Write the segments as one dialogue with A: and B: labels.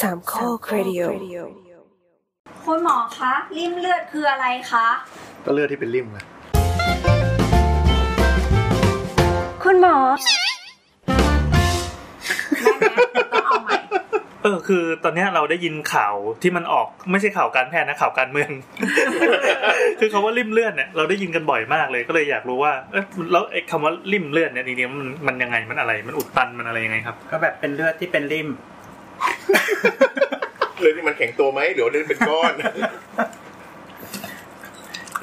A: สามข้อครดิโอ
B: คุณหมอคะริ่มเลือดคืออะไรคะ
C: ก็เลือดที่เป็นริ่มไง
B: คุณหมอต้องเอาใหม่
D: เออคือตอนเนี้ยเราได้ยินข่าวที่มันออกไม่ใช่ข่าวการแพทย์นะข่าวการเมือง คือคาว่าริ่มเลือดเนี่ยเราได้ยินกันบ่อยมากเลยก็เลยอยากรู้ว่าเอ๊ะแล้วไอ้คำว่าริ่มเลือดเนี่ยจริงๆมันมันยังไงมันอะไรมันอุดตันมันอะไรยังไงครับ
E: ก็แบบเป็นเลือดที่เป็นริม
F: เลือดที่มันแข็งตัวไหมหรือว่าเลือดเป็นก้อน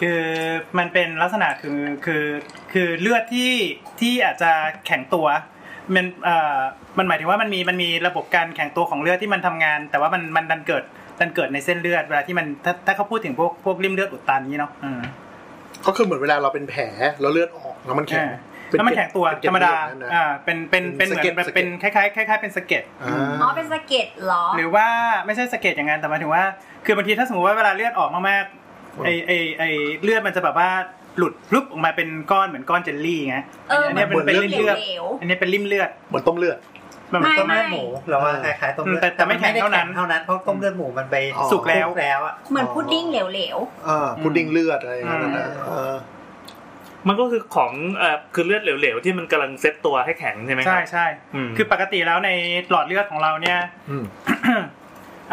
E: คือมันเป็นลักษณะคือคือคือเลือดที่ที่อาจจะแข็งตัว มันเอ่อมันหมายถึงว่ามันมีมันมีระบบการแข็งตัวของเลือดที่มันทำงาน แต่ว่ามันมันดันเกิดดันเกิดในเส้นเลือดเวลาที่มันถ้าถ้าเขาพูดถึงพวกพวกริ่มเลือดอุดตันนี่เนาะอืม
C: ก็คือเหมือนเวลาเราเป็นแผลแล้วเลือดออกแล้วมันแข็ง
E: อ่า แล้วมันแข็งตัว
C: เป็นเกล็
E: ธรรมดา
C: เลือนั่นนะ
E: อ่าเป็นเป็นเป็นเหมื
C: เป็สะ
E: อน
C: เก็ด
E: นแบบ
C: สะเก็ด
E: เป็นคล้ายๆคล้ายๆเป็นสะเก็ด
C: อ่า
B: อ๋อเป็นสะเก็ดเหรอ
E: หรือว่าไม่ใช่สะเก็ดอย่างนั้นแต่หมายถึงว่า คือบางทีถ้าสมมติว่าเวลาเลือดออกมากๆไอไอไอเลือดมันจะแบบว่าหลุดพลุบออกมาเป็นก้อนเหมือนก้อนเจลลี่ไง
B: เอออั
E: นเนี้ยเป็นเป็นริ่มเลือด
B: เหลว
E: อันนี้เป็นริมเลือด
C: เหมือนต้มเลือด
E: มัน
B: ไม่
G: ต้มเลือดหมูเราว่าคล้ายๆต้มเลือด
E: แต่แต่ไม่แข็ง
G: ด้
E: เท่านั้น
G: เท่านั้นเพราะต้มเลือดหมูมันไป
C: อ๋อ
E: สุกแล้ว
G: แล้ว อ่ะ
B: เหมือนพุดดิ้งเหลว
C: อ่าพุดดิ้งเลือดอะไรอย่างเงี้ย
E: อืม
C: นะเออ
D: มันก็คือของเอ่อคือเลือดเหลวๆที่มันกำลังเซ็ตตัวให้แข็งใช่ไหมค
E: ใช่
D: รับ
E: ใช่
D: อืม
E: คือปกติแล้วในหลอดเลือดของเราเนี่ย
C: อืม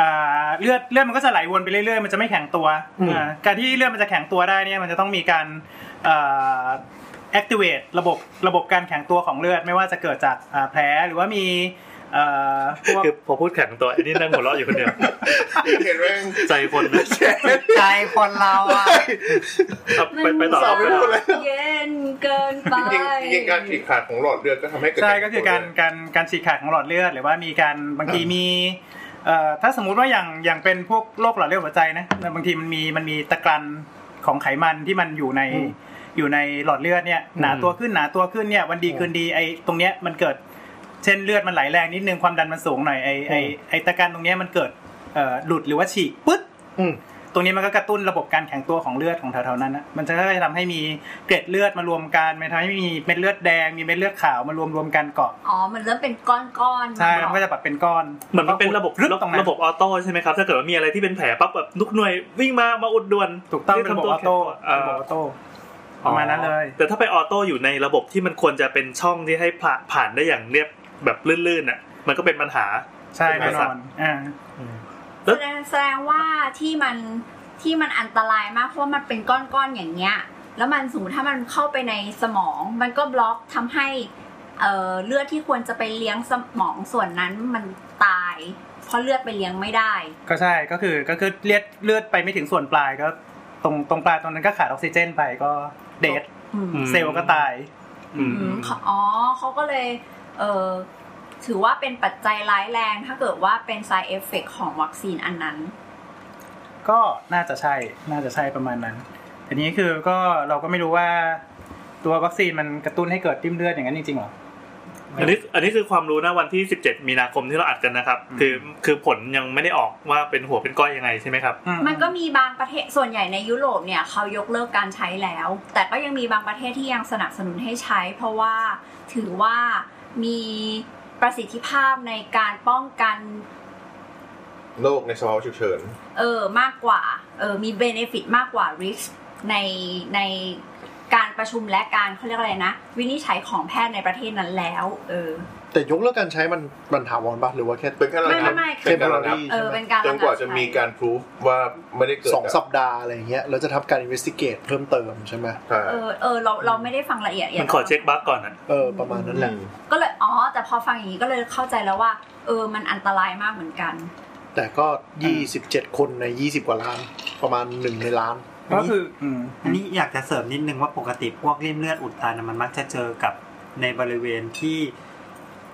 E: อ่าเลือดเลือดมันก็จะไหลวนไปเรื่อยๆ มันจะไม่แข็งตัว
C: อืม
E: อ่าการที่เลือดมันจะแข็งตัวได้เนี่ยมันจะต้องมีการอ่า activate ระบบระบบการแข็งตัวของเลือดไม่ว่าจะเกิดจากอ่าแผลหรือว่ามีอ่าพวก
D: คือพอพูดแข็งตัวไอ้นี่นั่งหัวเราะอยู่ คนเดียว
F: เห็นไหม
D: ใจคนนะ
G: ใจคนเราอ่ะ
D: เอาไปไปต่อ
C: สาวไม่พูดเลย
B: ๆ เย็นเกินไป
F: จริงๆจริงๆการฉีกขาดของหลอดเลือดก็ทำให้เกิด
E: ใช่ก็คือการ
F: แข็งตัว
E: การการฉีกขาดของหลอดเลือด หรือว่ามีการบางทีมีเอ่อถ้าสมมุติว่าอย่างอย่างเป็นพวกโรคหลอดเลือดหัวใจนะบางทีมันมีมันมีตะกรันของไขมันที่มันอยู่ในอยู่ในหลอดเลือดเนี่ยหนาตัวขึ้นหนาตัวขึ้นเนี่ยวันดีคืนดีไอ้ตรงเนี้ยมันเกิด เช่นเลือดมันไหลแรงนิดนึงความดันมันสูงหน่อยไอ้ไอ้ไอ้ตะกรันตรงเนี้ยมันเกิดเอ่อหลุดหรือว่าฉีกปึ๊ด
C: อืม
E: ตรงนี้มันก็กระตุ้นระบบการแข็งตัวของเลือดของแถวๆนั้นนะมันจะค่อยๆทำให้มีเกล็ดเลือดมารวมกันมันทำให้มีเม็ดเลือดแดงมีเม็ดเลือดขาวมารวมรวมๆกันเกาะ
B: อ๋อ มันเริ่มเป็นก้อนๆ
E: ใช่แล้ว
B: มั
E: มัน
B: น
E: ก็จะแบบเป็นก้อน
D: เหมือนมันเป็นระบบ
E: รึบตรงนั้น
D: ระบบออโต้ใช่ไหมครับ ถ้าเกิดว่ามีอะไรที่เป็นแผลปั๊บแบบลุกหน่วยวิ่งมามาอุดด่วน
E: ถูกต้อง
D: รี
E: เป็นระบบ
D: ทำ
E: ออโต้
D: เอ่
E: ระบบ
D: อ
E: ออโต้ประมาณนั้นเลย
D: แต่ถ้าไปออโต้อยู่ในระบบที่มันควรจะเป็นช่องที่ให้ผ่าผ่านได้อย่างเรียบแบบลื่นๆน่ะ มันก็เป็นปัญหา
E: ใช่
D: เป็
E: แน่
D: น
E: น
D: สั
E: อ
D: ตว์
E: นอ่า
B: แสดงแสดงว่าที่มันที่มันอันตรายมากเพราะว่ามันเป็นก้อนๆอย่างเงี้ย แล้วมันสมมติถ้ามันเข้าไปในสมอง มันก็บล็อกทำให้เอ่อเลือดที่ควรจะไปเลี้ยงสมองส่วนนั้นมันตาย เพราะเลือดไปเลี้ยงไม่ได้
E: ก็ใช่ก็คือก็คือเลือดเลือดไปไม่ถึงส่วนปลายก็ตรงตรงปลายตรงนั้นก็ขาดออกซิเจนไปก็เดด
B: อืม
E: เซลล์ก็ตาย
D: อืม
B: อืมเขาอ๋อเขาก็เลย เออถือว่าเป็นปัจจัยร้ายแรง ถ้าเกิดว่าเป็น side effect ของวัคซีนอันนั้น
E: ก็น่าจะใช่น่าจะใช่ประมาณนั้นทีนี้คือก็เราก็ไม่รู้ว่า ตัววัคซีนมันกระตุ้นให้เกิดริ่มเลือดอย่างนั้นจริงๆเหรอ
D: อันนี้อันนี้คือความรู้นะวันที่ 17 มีนาคมที่เราอัดกันนะครับ
E: อืม
D: คือคือผลยังไม่ได้ออกว่าเป็นหัวเป็นก้อยยังไงใช่ไหมครับ
E: อื
B: มันก็มีบางประเทศส่วนใหญ่ในยุโรปเนี่ยเขายกเลิกการใช้แล้ว แต่ก็ยังมีบางประเทศที่ยังสนับสนุนให้ใช้ เพราะว่าถือว่ามีประสิทธิภาพในการป้องกัน
F: โรคในสภาวะฉุกเฉิน
B: เออมากกว่าเออมีเบเนฟิตมากกว่า risk ในในการประชุมและการเขาเรียกอะไรนะ วินิจฉัยของแพทย์ในประเทศนั้นแล้วเออ
C: แต่ยกเลิกการใช้มันมันถาวรปะหรือว่าแค่
F: เป็นแค่ระ
B: ไม่
F: ดั
B: ไม่
F: บ
B: ไม่
C: เท
F: เป็น
C: ม
F: แค่
C: โล
F: ระดับ
C: รี
B: เออเป็นการ
F: จนกว่า
B: ระงับ
F: จะ
B: ใช้
F: มีการพิสูจว่าไม่ได้เกิด
C: สอง
F: จาก
C: สัปดาห์อะไรอย่างเงี้ยแล้วจะทำการ investigate เพิ่มเติมใช่ไหม
F: ใช่
B: เออเออเราเราไม่ได้ฟังละเอียด
D: มันขอเช็คบั๊กก่อนอ่ะ
C: เออประมาณนั้นแหละ
B: ก็เลยอ๋อ แต่พอฟังอย่างนี้ก็เลยเข้าใจแล้วว่า เออมันอันตรายมากเหมือนกัน
C: แต่ก็ 27 คนใน 20 กว่าล้าน ประมาณ 1 ในล้าน
E: ก็คืออืม
G: อันนี้อยากจะเสริมนิดนึงว่าปกติพวกริ่มเลือดอุดตันน่ะมันมักจะเจอกับในบริเวณที่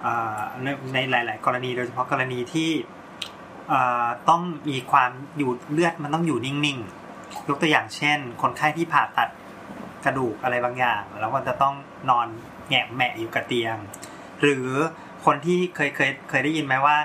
G: อ่าในในหลาย ๆ กรณีโดยเฉพาะกรณีที่อ่าต้องมีความอยู่เลือดมันต้องอยู่นิ่ง ๆ ยกตัวอย่างเช่น คนไข้ที่ผ่าตัดกระดูกอะไรบางอย่าง แล้วมันจะต้องนอนแงะแหมะอยู่กับเตียง หรือคนที่เคยเคยเคยได้ยินไหมว่า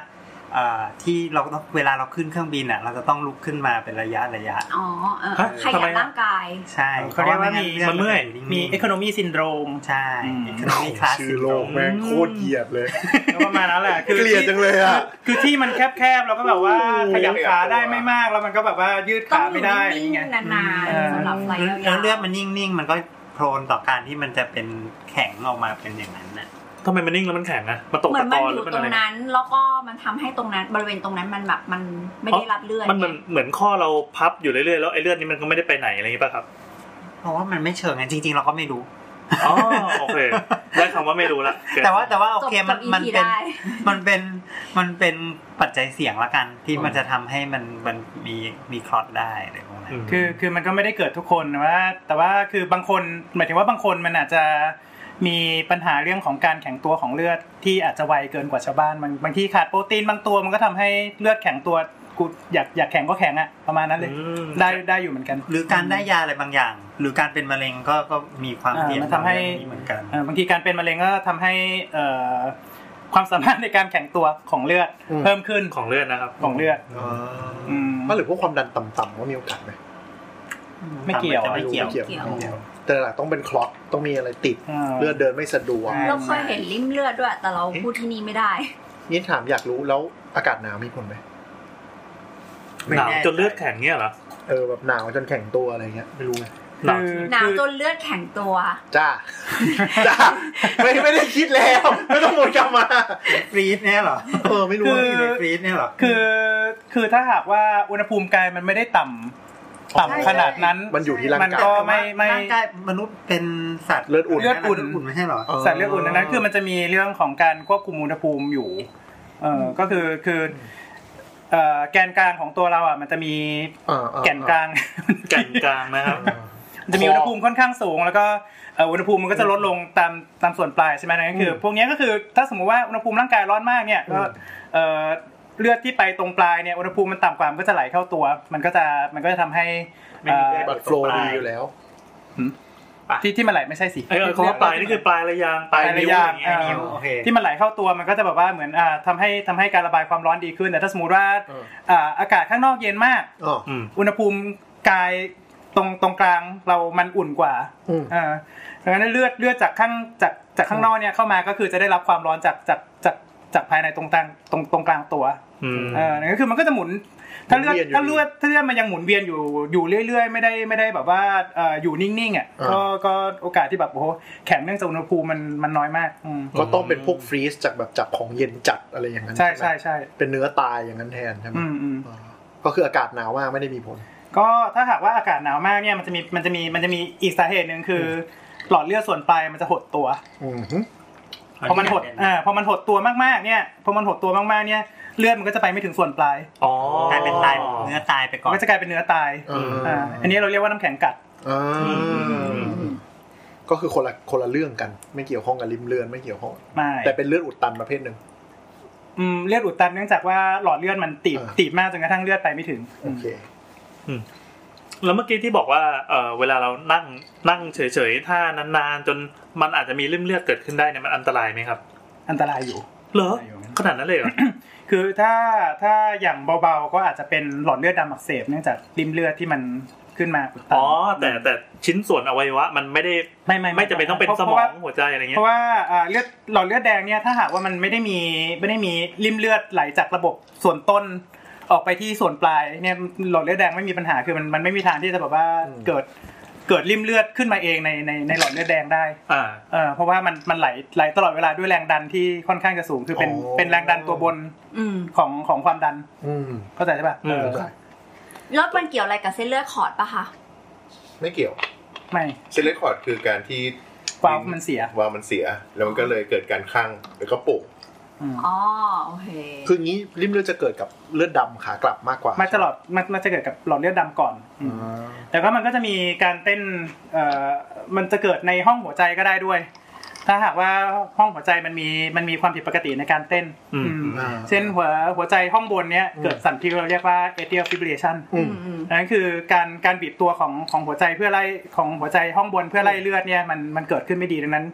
G: เอ่อที่เราต้องเวลาเราขึ้นเครื่องบินอ่ะ เราจะต้องลุกขึ้นมาเป็นระยะระยะ
B: อ๋อเออ
D: ฮะ
B: ขยั
D: ทำไม
B: น
D: อะ
B: ร่างกาย
G: ใช่
E: เขาเรียกว่ามี
G: พระไงั้
D: มันเมื่อย
G: จะงๆ
E: มี economy syndrome
G: ใช่
E: อืม
G: เอ็กโนมีคลาส
C: ชื่อโลกแม่งโคตรเกลียดเลย
E: ก็ประมาณนั้นแหละคือ
C: เกลียดจังเลยอ่ะ
E: คือที่มันแคบๆแล้วก็แบบว่าขยับขาได้ไม่มากแล้วมันก็แบบว่ายืด
B: ต้อ
E: ขาง ไม่ได้อะไร
B: นิ่ง
E: เงี้ย
B: ๆนาน
E: เออ
B: ๆสำหรับไฟล์ยา
G: แล้ว
B: ว
G: เลือดมันนิ่งๆ มันก็โพรนต่อการที่มันจะเป็นแข็งออกมาเป็นอย่างนั้นน่ะ
D: ทำไมมันนิ่งแล้วมันแข็งอะมันตก
B: เหมือ
D: ตะ
B: น
D: ก
B: มัน
D: อน
B: อ
D: หรื
B: ยู่
D: อมัน
B: ตร
D: อะไร
B: งนั้น แล้วก็มันทำให้ตรงนั้นบริเวณตรงนั้นมันแบบมันไม่ได้รับเลือด
D: มันเหมือนเหมือนข้อเราพับอยู่เรื่อยๆแล้วไอ้เลือดนี่มันก็ไม่ได้ไปไหนอะไรอย่างนี้ป่ะครับ
G: เพราะว่ามันไม่เชิงไงจริง ๆ เราก็ไม่รู้
D: อ๋อโอเคได้คำว่าไม่รู้ละเกิด
G: แต่ว่าแต่ว่าโอเค
B: จบ
G: มั
B: กัน บ EP
G: มันเป็น
B: ได้
G: มันเป็นมันเป็นปัจจัยเสี่ยงละกัน ที่มันจะทำให้มันมันมีมีคลอตได้อะไรพวกนั้น
D: ม
E: คือคือมันก็ไม่ได้เกิดทุกคนนะว่า แต่ว่าคือบางคนหมายถึงว่าบางคนมันอาจจะมีปัญหาเรื่องของการแข็งตัวของเลือดที่อาจจะไวเกินกว่าชาวบ้านบางบางทีขาดโปรตีนบางตัวมันก็ทำให้เลือดแข็งตัวกูอยากอยากแข็งก็แข็งอะประมาณนั้นเลย
D: อืม
E: ได้ได้อยู่เหมือนกัน
G: หรือการได้ยาอะไรบางอย่าง หรือการเป็นมะเร็งก็ก็มีความ
E: อ่า
G: เสี่ยง
E: มันทำให้
G: เรื่องนี้เหมือนกัน
E: เอ่อบางทีการเป็นมะเร็งก็ทำให้เอ่อความสามารถในการแข็งตัวของเลือด
C: อืม
E: เพิ่มขึ้น
D: ของเลือดนะครับ
E: ของเลือดอืม
C: มันหรือพวกความดันต่ำๆว่ามีโอกาสไหม
E: ไม่เกี่ยว
G: ไม่เกี่ยว
C: ไม่เกี่ยวไม่เกี่ยวแต่หลักต้องเป็นคลอตต้องมีอะไรติด
E: อ่า
C: เลือดเดินไม่สะดวก
E: ใช่
B: เราเคยเห็นริ่มเลือดด้วย แต่เราพูดที่นี่ไม่ได้
C: นี่ถามอยากรู้แล้วอากาศหนาวมีผลไหม
D: หนาวจนเลือดแข็งเงี้ยเหรอ
C: เออแบบหนาวจนแข็งตัวอะไรเงี้ยไม่รู้ไง
D: หนาว
E: คือ
B: หนาว
E: คือ
B: จนเลือดแข็งตัว
C: จ้า จ้าไม่ไม่ได้คิดแล้ว ไม่ต้องหมดกลับมา
G: ฟรีดเนี่ยเหรอ
C: เออไม่รู้ว่า
G: คือยู่ในฟรีดเนี่ยเหรอ
E: คือคือถ้าหากว่าอุณหภูมิกายมันไม่ได้ต่ำต่ำขนาดนั้น
C: มันอยู่ที่ร่าง
E: มัน
C: กาย
E: ก็ไม่ไม่
G: ร่างกายมนุษย์เป็นสัตว์
C: เลือดอุ่น
G: เลือดอุ่น
E: เลือดอุ่น
G: ไม่ใช่เหรอ
C: เออ
E: สารเลือดอุ่นดังนั้นคือมันจะมีเรื่องของการควบคุมอุณหภูมิอยู่ เออก็คือคือเอ่อแกนกลางของตัวเราอ่ะ มันจะมี
C: อ่าอ่า
E: แกนกลาง
D: แก่นกลางนะครับ
E: จะมีอุณหภูมิค่อนข้างสูง แล้วก็เอ่ออุณหภูมิมันก็จะลดลงตามตามส่วนปลายใช่ไหมนั่นก็คืออพวกเนี้ยก็คือถ้าสมมุติว่าอุณหภูมิร่างกายร้อนมากเนี่ยก็เอ่อเลือดที่ไปตรงปลายเนี่ยอุณหภูมิมันต่ำกว่ามันก็จะไหลเข้าตัว มันก็จะมันก็จะทำให้
D: ไม่มี
E: เอ่อ
D: แบ
C: แบบ บโฟลดีอยู่แล้ว
E: ที่ที่มันไหลไม่ใช่สิ
D: ไอ้เออเขาว่าปลายนี่คือปลายระยางปลายนิ้วอย่างเงี้ย
E: ปลายระยาง
G: นิ้วโอเค
E: ที่มันไหลเข้าตัวมันก็จะแบบว่าเหมือนอ่าทำให้ทำให้การระบายความร้อนดีขึ้น แต่ถ้าสมมติว่า
C: เออ
E: อ่าอากาศข้างนอกเย็นมาก
C: อ๋อ
D: อืม
E: อุณหภูมิกายตรงตรงกลางเรามันอุ่นกว่า
C: อืม
E: เออดังนั้นเลือดเลือดจากข้างจากจากข้างนอกเนี่ยเข้ามาก็คือจะได้รับความร้อนจากจากจากจากภายในตรงกลางตรงตรงกลางตัว
D: อืม
E: เออนั่นก็คือมันก็จะหมุน ถ้าเลือด
C: หมุนเวียนอยู่
E: ถ้าเลือดถ้าเลือดมันยังหมุนเวียนอยู่อยู่เรื่อย ๆ ไม่ได้ไม่ได้แบบว่าเอ่ออยู่นิ่งๆอ่ะ
C: อ่า
E: ก็ก็โอกาสที่แบบโอ้โหแข็งเนื่องจากอุณหภูมิมันมันน้อยมากอืม
C: ก็ต้องเป็นพวกฟรีซจากแบบจากของเย็นจัดอะไรอย่างนั้น
E: ใช่
C: ไหม
E: ใช่ใช่
C: เป็นเนื้อตายอย่างนั้นแทนใช่ไหม
E: อืมอืม
C: อ๋อก็คืออากาศหนาวมากไม่ได้มีผล
E: ก็ถ้าหากว่าอากาศหนาวมากเนี่ยมันจะมีมันจะมีมันจะมีอีกสาเหตุหนึ่งคืออหลอดเลือดส่วนปลายมันจะหดตัว
C: อืมฮึ
E: พอมันหดอ่าพอมันหดตัวมากๆเนี่ยพอมันหดตัวมากๆเนี่ยเลือดมันก็จะไปไม่ถึงส่วนปลาย
D: อ๋อก
G: ลายเป็นตายเนื้อตายไปก่
E: มั
G: อน น
E: ก็จะกลายเป็นเนื้อตายอ่าอันนี้เราเรียกว่าน้ำแข็งกัด
C: อ่า
D: อืม
C: ก็คือคนละคนละเรื่องกัน ไม่เกี่ยวข้องกับริมเลือนไม่เกี่ยวข้อง
E: ไม่
C: แต่เป็นเลือดอุดตันประเภทหนึ่ง
E: อืมเลือดอุดตันเนื่องจากว่าหลอดเลือดมันตีบ
C: เออ
E: ตีบมากจนกระทั่งเลือดไปไม่ถึง
C: โอเค
D: แล้วเมื่อกี้ที่บอกว่าเออเวลาเรานั่งนั่งเฉยๆท่านานๆจนมันอาจจะมีริ่มเลือดเกิดขึ้นได้เนี่ยมันอันตรายไหมครับ
E: อันตรายอยู่
D: เหรอ ขนาดนั้นเลย เหรอ
E: คือถ้าถ้าอย่างเบาๆก็อาจจะเป็นหลอดเลือดดำอักเสบเนื่องจากริมเลือดที่มันขึ้นมาอุดตัน
D: อ๋อแต่แต่ชิ้นส่วนอวัยวะมันไม่ได้
E: ไม่ไม่
D: ไม่จะเป็นต้องเป็น
E: พราะ
D: สม
E: พราะ
D: อ
E: ว่า
D: งหัวใจอะไรเงี้
E: เพ
D: ย
E: ราะว่าอ่าเลือดหลอดเลือดแดงเนี่ยถ้าหากว่ามันไม่ได้มีไม่ได้มีริมเลือดไหลจากระบบส่วนต้น ออกไปที่ส่วนปลายเนี่ยหลอดเลือดแดงไม่มีปัญหาคือมันมันไม่มีทางที่จะแบบว่า
C: อืม
E: เกิดเกิดริมเลือดขึ้นมาเองในในในหลอดเลือดแดงได้
D: อ่า
E: เออเพราะว่ามันมันไหลไหลตลอดเวลาด้วยแรงดันที่ค่อนข้างจะสูงคือเป็น
C: อ๋อ
E: เป็นแรงดันตัวบน
B: อืม
E: ของของความดัน
C: อืม
E: เข้าใจใช่ป่ะ
D: อืม
E: เออ
C: ใช่
B: แล้วมันเกี่ยวอะไรกับเส้นเลือดขอดปะคะ
F: ไม่เกี่ยว
E: ไม่
F: เซเลคคอร์ดคือการที่
E: ควาล์วมันเสียว
F: าล์วมันเสีย แล้วมันก็เลยเกิดการคั่งแล้วก็ปุก
E: อืม
B: อ๋อ โอเค
C: คืองี้ริมเลือดจะเกิดกับเลือดดำขากลับมากกว่า
E: มั
C: มั
E: นจะหลอดมันมันจะเกิดกับหลอดเลือดดำก่อนอืม แต่ก็มันก็จะมีการเต้นเอ่อมันจะเกิดในห้องหัวใจก็ได้ด้วย ถ้าหากว่าห้องหัวใจมันมีมันมีความผิดปกติในการเต้น
D: อืม
E: อืม
C: อ่า
E: เช่นหัวหัวใจห้องบนเนี้ย
C: อืม
E: เกิดสั่นที่เราเรียกว่า atrial fibrillation
C: อืม
B: อืม
E: อันนั้นคือการการบีบตัวของของหัวใจเพื่อไล่ของหัวใจห้องบนเพื่อไล่เลือดเนี่ยมันมันเกิดขึ้นไม่ดีดังนั้น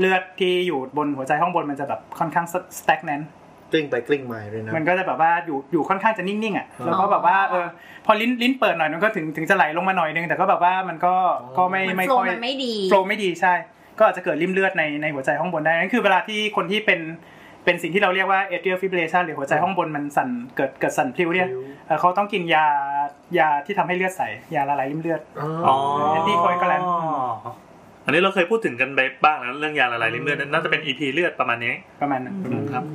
E: เลือดที่อยู่บนหัวใจห้องบนมันจะแบบค่อนข้าง stagnant
F: จ
C: ลิ้งไปกลิ้งมาเลยนะ
E: มันก็จะแบบว่าอยู่อยู่ค่อนข้างจะนิ่งๆอ่ะ
C: อ๋อ
E: แล้วก็แบบว่าเออพอลิ้นลิ้นเปิดหน่อยมันก็ถึงถึงจะไหลลงมาหน่อยนึงแต่ก็แบบว่ามันก็
C: อ๋อ
E: ก็ไม่
B: มัน
E: ไม่
B: โฟล
E: ค่
B: ว์
E: อย
B: มันไม่ดี
E: โฟลว์ไม่ดีใช่ ก็อาจจะเกิดริ่มเลือดในในหัวใจห้องบนได้นั่นคือเวลาที่คนที่เป็นเป็นสิ่งที่เราเรียกว่า atrial fibrillation หรือหัวใจห้องบนมันสั่นเกิดเกิดสั่นพลิ้วเนี่ยเอ่อเขาต้องกินยายาที่ทำให้เลือดใสยาละลายริ่มเลือด
D: อ๋อ
E: ที่โคยกแลนด์
D: อันนี้เราเคยพูดถึงกันไปบ้างแล้วเรื่องยาละลายริ่มเลือดน่าจะเป็น EP เลือดประมาณนี้
E: ประมาณนั้น
B: อื
D: ครับ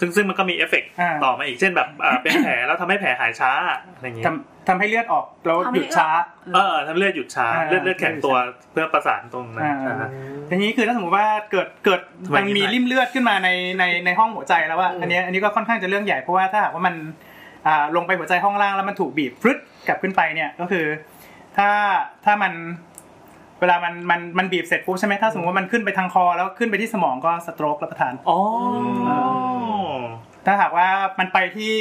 D: ซึ่งซึ่งมันก็มีเอฟเฟกต์
E: อ่า
D: ต่อมาอีกเช่นแบบอ่าเป็นแผลแล้วทำให้แผลหายช้าอะไรอย่างเงี้ย
E: ทำทำให้เลือดออกแล้วหยุดช้า
D: เออทำให้เลือดหยุดช้า
E: อ่า
D: เลือดเลือดแข็งตัวเพื่อประสานตรงนั้น
E: อ่า
D: อ่า
E: ทีนี้คือถ้าสมมติว่าเกิดเกิด
D: ทำไม
E: มัน
D: มี
E: มี
D: ไหม
E: ริ่มเลือดขึ้นมาในในในห้องหัวใจแล้วว่าอันเนี้ยอันนี้ก็ค่อนข้างจะเรื่องใหญ่เพราะว่าถ้าหากว่ามันอ่าลงไปหัวใจห้องล่างแล้วมันถูกบีบฟรึดกลับขึ้นไปเนี่ยก็คือ ถ้าถ้ามันเวลามันมันมันบีบเสร็จปุ๊บใช่ไหมถ้าสมมติว่ามันขึ้นไปทางคอแล้วขึ้นไปที่สมองก็สโตรกรับประทาน
D: อ๋ออ
E: ถ้าหากว่ามันไปที่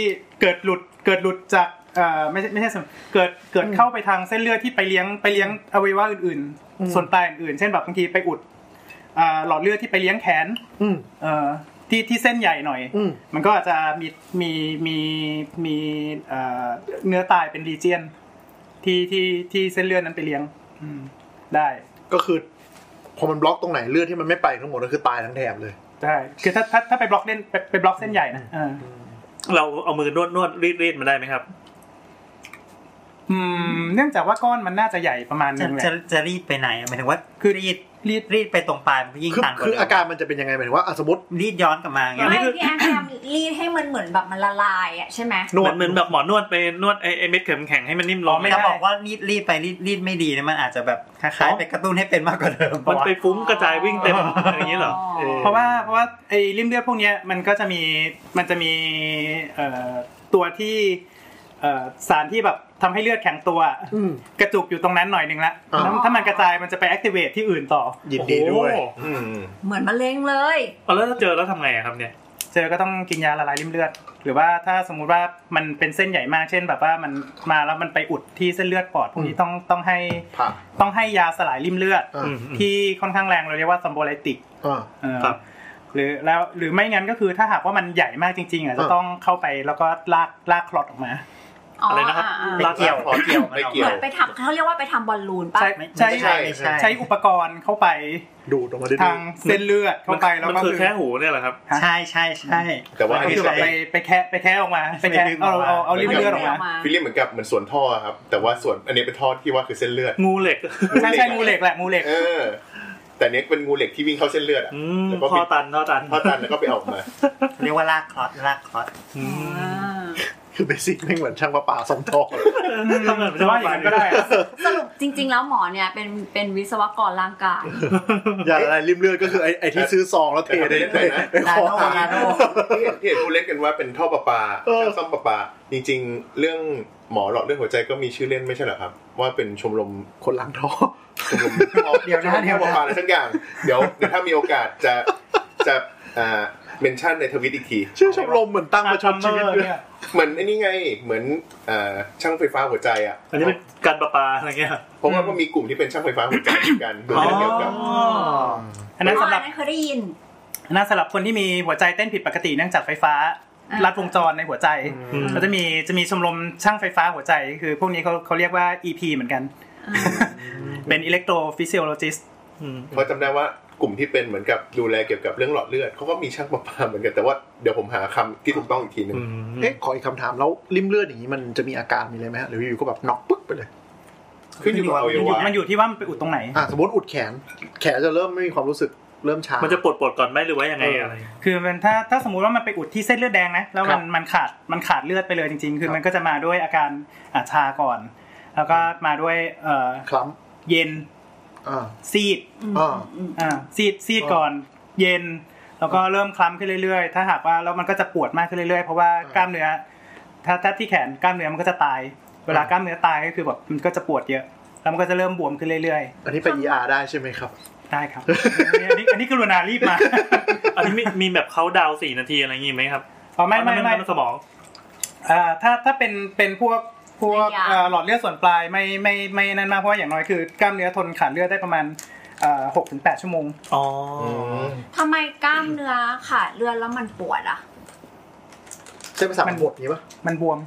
E: เกิดหลุดเกิดหลุดจากเอ่อไม่ใช่ไม่ใช่สมเกิดเกิดเข้าไปทางเส้นเลือดที่ไปเลี้ยงไปเลี้ยงอวัยวะอื่นๆ ส่วนปลายอื่นๆเช่นแบบบางทีไปอุดเอ่อหลอดเลือดที่ไปเลี้ยงแขน
C: อืม
E: เอ่อที่ที่เส้นใหญ่หน่อย
C: อืม
E: มันก็อาจจะมีมีมีมีเอ่อเนื้อตายเป็นรีเจียนที่ที่ที่เส้นเลือดนั้นไปเลี้ยงอืมได้
C: ก็คือ พอมันบล็อกตรงไหนเลือดที่มันไม่ไปทั้งหมดก็คือตายทั้งแถบเลย
E: ได้คือถ้าถ้าถ้าไปบล็อกเล่นไปไปบล็อกเส้นใหญ่นะเออ
D: เราเอามือนวดนวดรีดรีดมาได้ไหมครับ
E: อืมเนื่องจากว่าก้อนมันน่าจะใหญ่ประมาณห
G: จะ
E: นึงแห
G: จะ
E: ละ
G: จะรีดไปไหนอะหมายถึงว่า
E: คือ
G: รีด
E: รีด
G: รีดไปตรงปลายมันก็ยิ่ง
C: คือ
G: ตันกว่า
C: คือ
G: เดิ
C: อาม การมันจะเป็นยังไงหมายถึงว่าอ่ะสมมติ
G: รีดย้อนกลับมาอย่างเงี้ย
B: ไม่พี่แอนทำรีดให้มันเหมือนแบบมันละลายอ่ะใช่ไหม
D: นวดเหมือนแบบหมอนวดไปนวดไอ้ไอ้เม็ดเข็มแข็งให้มันนิ่มล
E: อ๋
D: ง
E: อไม่ได้
G: ถ้าบอกว่ารีดรีดไปรีดรีดไม่ดีเนะมันอาจจะแบบคล้ายๆไปกระตุ้นให้เป็นมากกว่าเดิม
D: มันไปฟุ้งกระจายวิ่งเต็มอย่างนี้เหรอ
B: อ๋อ
E: เพราะว่าเพราะว่าไอ้ริ่มเลือดพวกเนี้ยมันก็จะมีมันจะมีเอ่อตัวที่เอ่อสารที่แบบทำให้เลือดแข็งตัว
C: อืม
E: กระจุกอยู่ตรงนั้นหน่อยหนึ่งละ
C: อ๋อ
E: แล้วถ้ามันกระจายมันจะไปแอคทีเวตที่อื่นต่อ
C: ยินดีด้วย
D: โอ้โห
F: อืม
B: เหมือนมะเร็งเลย
D: เอาแล้วถ้าเจอแล้วทำไงอะครับเนี่ย
E: เจอก็ต้องกินยาละลายริ่มเลือด หรือว่าถ้าสมมุติว่ามันเป็นเส้นใหญ่มากเช่น แบบว่ามันมาแล้วมันไปอุดที่เส้นเลือดปอดพวกนี้ต้องต้องให้
F: ผ่า
E: ต้องให้ยาสลายริ่มเลือด
C: อ่า
D: อืม
E: ที่ค่อนข้างแรงเราเรียกว่าซัมโบไลติก
C: อ่า
E: เออ
D: ครับ
E: หรือแล้วหรือไม่งั้นก็คือถ้าหากว่ามันใหญ่มากจริงๆอ่ะจะ
C: อ่ะ
E: ต้องเข้าไปแล้วก็ลากลากคลอดออกมา
B: อ๋อ
D: อะไรนะครับ
B: อ่า
G: ไป
B: อ่า
G: เกี่ยว
F: ลาก
G: เกี่ยวมันอ
F: ไป
G: อก
F: เกี่
B: เห
F: ยว
B: มือนไปทำเขาเรียกว่าไปทำบอลลูนป่ะ
E: ใช่
G: ไม่
E: ใช่
G: ใช่ไม่ใช่
E: ใช้อุปกรณ์เข้าไป
C: ดูดออกมาดื้อ
E: ทางเส้นเลือดเข้าไปแล้ว
D: มัน
E: ก็
D: คือแค่หูเนี่ยแหละครับ
G: ใช่ใช่ใช่
F: แต่ว่าอัน
E: ก็
F: นี้
E: คือแบบ
F: ใช้
E: ไปไปแคะไปแคะออกมาไปแคะ
G: ไปดึงอ
E: เอา
G: อกมา
E: เอาเอาริ่มเลือดออกมา
F: ฟิลลิ่งเหมือนกับเหมือนส่วนท่อครับ แต่ว่าส่วนอันนี้เป็นท่อที่ว่าคือเส้นเลือด
D: งูเหล็ก
E: ใช่ใช่งูเหล็กแหละงูเหล็ก
F: เออ แต่เนี้ยเป็นงูเหล็กที่วิ่งเข้าเส้นเลือดอ่ะ
D: อืม
F: แล้วก็
D: ท่
F: ปิ
D: อ
F: ด
D: ตันท่อตัน
F: ท่อตันแล้วก็ไปออก มา
G: เรียกว่าลากคลอดลากคลอด
D: อื
B: อ่
D: มา
C: คือเบสิกไม่งเหมือนช่างประปาสองท่อเลย
D: ทำงานเป็น
E: จะ
D: ช่า
E: ว่าง อ
D: ป
E: ย่าง
D: ลา
E: นั้นก็ได้อะ
B: สรุปจริง ๆ แล้วหมอเนี่ยเป็นเป็นวิศวกรร่างกาย
C: ยาละลายริ่มเลือดก็คือไอ้ไอ้ที่ซื้อซองแล้วเทในในใน
G: นา
C: คอ
G: โน
C: หา
G: นาโน
F: ที่เห็นที่เห็นผู้เล่นกันว่าเป็นท่อประปา
C: เออ
F: ช่างซ่อมประปา จริงๆ เรื่องหมอหลอดเลือดหัวใจก็มีชื่อเล่นไม่ใช่เหรอครับ ว่าเป็นชมรม
C: คนล้างท่อ
F: ชมรมท่อ
C: เดี๋ยวนะ
F: ชมรม
C: เดี๋ยวนะ
F: ท่อประปาอะไรสักอย่าง เดี๋ยวเดี๋ยวถ้ามีโอกาสจะจะอ่าเมนชั่นในทวิตอีกที
C: ชื่อชมรมเหมือนตั้งประชดชีวิตเลย
E: เนี่ย
F: เหมือนไอ้นี่ไงเหมือนอ่าช่างไฟฟ้าหัวใจอ่ะ
D: อันนี้เป็นการประปาอะไรเงี้ย
F: เพราะว่าก็มีกลุ่มที่เป็นช่างไฟฟ้าหัวใจเหมือนกันโดยเกี่ยวกับ
E: อันนั้น
B: อ๋อ
E: สำหรับ
B: อันนั้นเคยได้ยิน
E: อันนั้นสำหรับคนที่มีหัวใจเต้นผิดปกติเนื่องจากไฟฟ้า
B: อ่า
E: ลัดวงจรในหัวใจ
D: อืม
E: ก็จะมีจะมีชมรมช่างไฟฟ้าหัวใจ คือพวกนี้เขาเขาเรียกว่า EP เหมือนกัน
B: อ่า
E: เป็น electrophysiologist
D: อืม
F: เพราะจำได้ว่ากลุ่มที่เป็นเหมือนกับดูแลเกี่ยวกับเรื่องหลอดเลือดเขาก็มีช่างประปาเหมือนกันแต่ว่าเดี๋ยวผมหาคำที่ถูกต้องอีกทีหนึง
D: อืม
C: เอ๊ะขออีกคำถามแล้วริ่มเลือดอย่างนี้มันจะมีอาการมีอะไรไหมฮะหรืออยู่ๆก็แบบน็อกปึ๊กไปเลย
F: ขึ้นอยู่กับอ
E: มันอ
F: วัย
E: ยู่
F: วะ
E: มันอยู่ที่ว่ามันไปอุดตรงไหน
C: อ่ะสมมติอุดแขน แขนจะเริ่มไม่มีความรู้สึกเริ่มชา
D: มั
C: มัน
D: จะปวดปวดก่อนไหมหรือว่ายังไงอะไร
E: คือมันถ้าถ้าสมมุติว่ามันไปอุดที่เส้นเลือดแดงนะ แล้วมันมันขาดมันขาดเลือดไปเลยจริง ๆ คือมันก็จะมาด้วยอาการอาชาก่อน แล้วก็มาด้วยเอ่อ
C: คล้
E: เย็น
C: ำอ่า
E: ซีด
B: อืม
C: อ่า
B: อืม
E: อ่าซีดซีดก่อนเย็น แล้วก็เริ่มคล้ำขึ้นเรื่อยๆ ถ้าหากว่าแล้วมันก็จะปวดมากขึ้นเรื่อยๆ เพราะว่ากล้ามเนื้อถ้าถ้าที่แขนกล้ามเนื้อมันก็จะตาย เวลากล้ามเนื้อตายก็คือแบบมันก็จะปวดเยอะ แล้วมันก็จะเริ่มบวมขึ้นเรื่อย
C: อันนี้ไป ER ได้ใช่ไหมครับ
E: ๆ ได้ครับ อันนี้อันนี้อันนี้กรุณารีบมา
D: อันนี้มีมีแบบเขาดาวน์สี่นาทีอะไรอย่างงี้ไหมครับ
E: อ๋อไม่ไม่ไม่
D: นสมอง
E: อ่าถ้าถ้าเป็นเป็นพวกพวกเอ่อหลอดเลือดส่วนปลายไม่ไม่ไม่ไม่นั่นมากเพราะว่าอย่างน้อยคือกล้ามเนื้อทนขาดเลือดได้ประมาณหกถึงแปดชั่วโมง
D: อ๋อ
F: อืม
B: ทำไมกล้ามเนื้อขาดเลือดแล้วมันปวดอ่ะ
C: เส้นประสาทมันบดนี้ปะ
E: มันบวม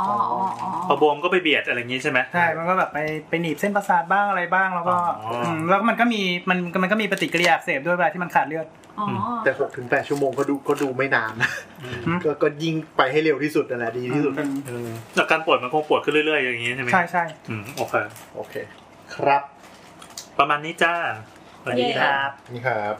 B: อ๋ออ๋ออ๋อ
D: พอบวมก็ไปเบียดอะไรอย่างงี้ใช่ไหม
E: ใช่มันก็แบบไปไปหนีบเส้นประสาทบ้างอะไรบ้างแล้วก็
D: อ๋ออื
E: มแล้วมันก็มีมันมันก็มีปฏิกิริยาอักเสบด้วยเวลาที่มันขาดเลือด
B: อ๋อ
C: แต่หกถึงแปดชั่วโมงก็ดูก็ดูไม่นานนะ
E: อืม
C: ก็ก็ยิงไปให้เร็วที่สุดนั่นแหละดีที่สุด
D: เออแต่การปวดมันคงปวดขึ้นเรื่อยๆอย่างงี้ใช่ไหม
E: ใช่ใช่
D: อืมโอเค
C: โอเค ครับ
D: ประมาณนี้จ้า
B: เย้
F: นี่ครับ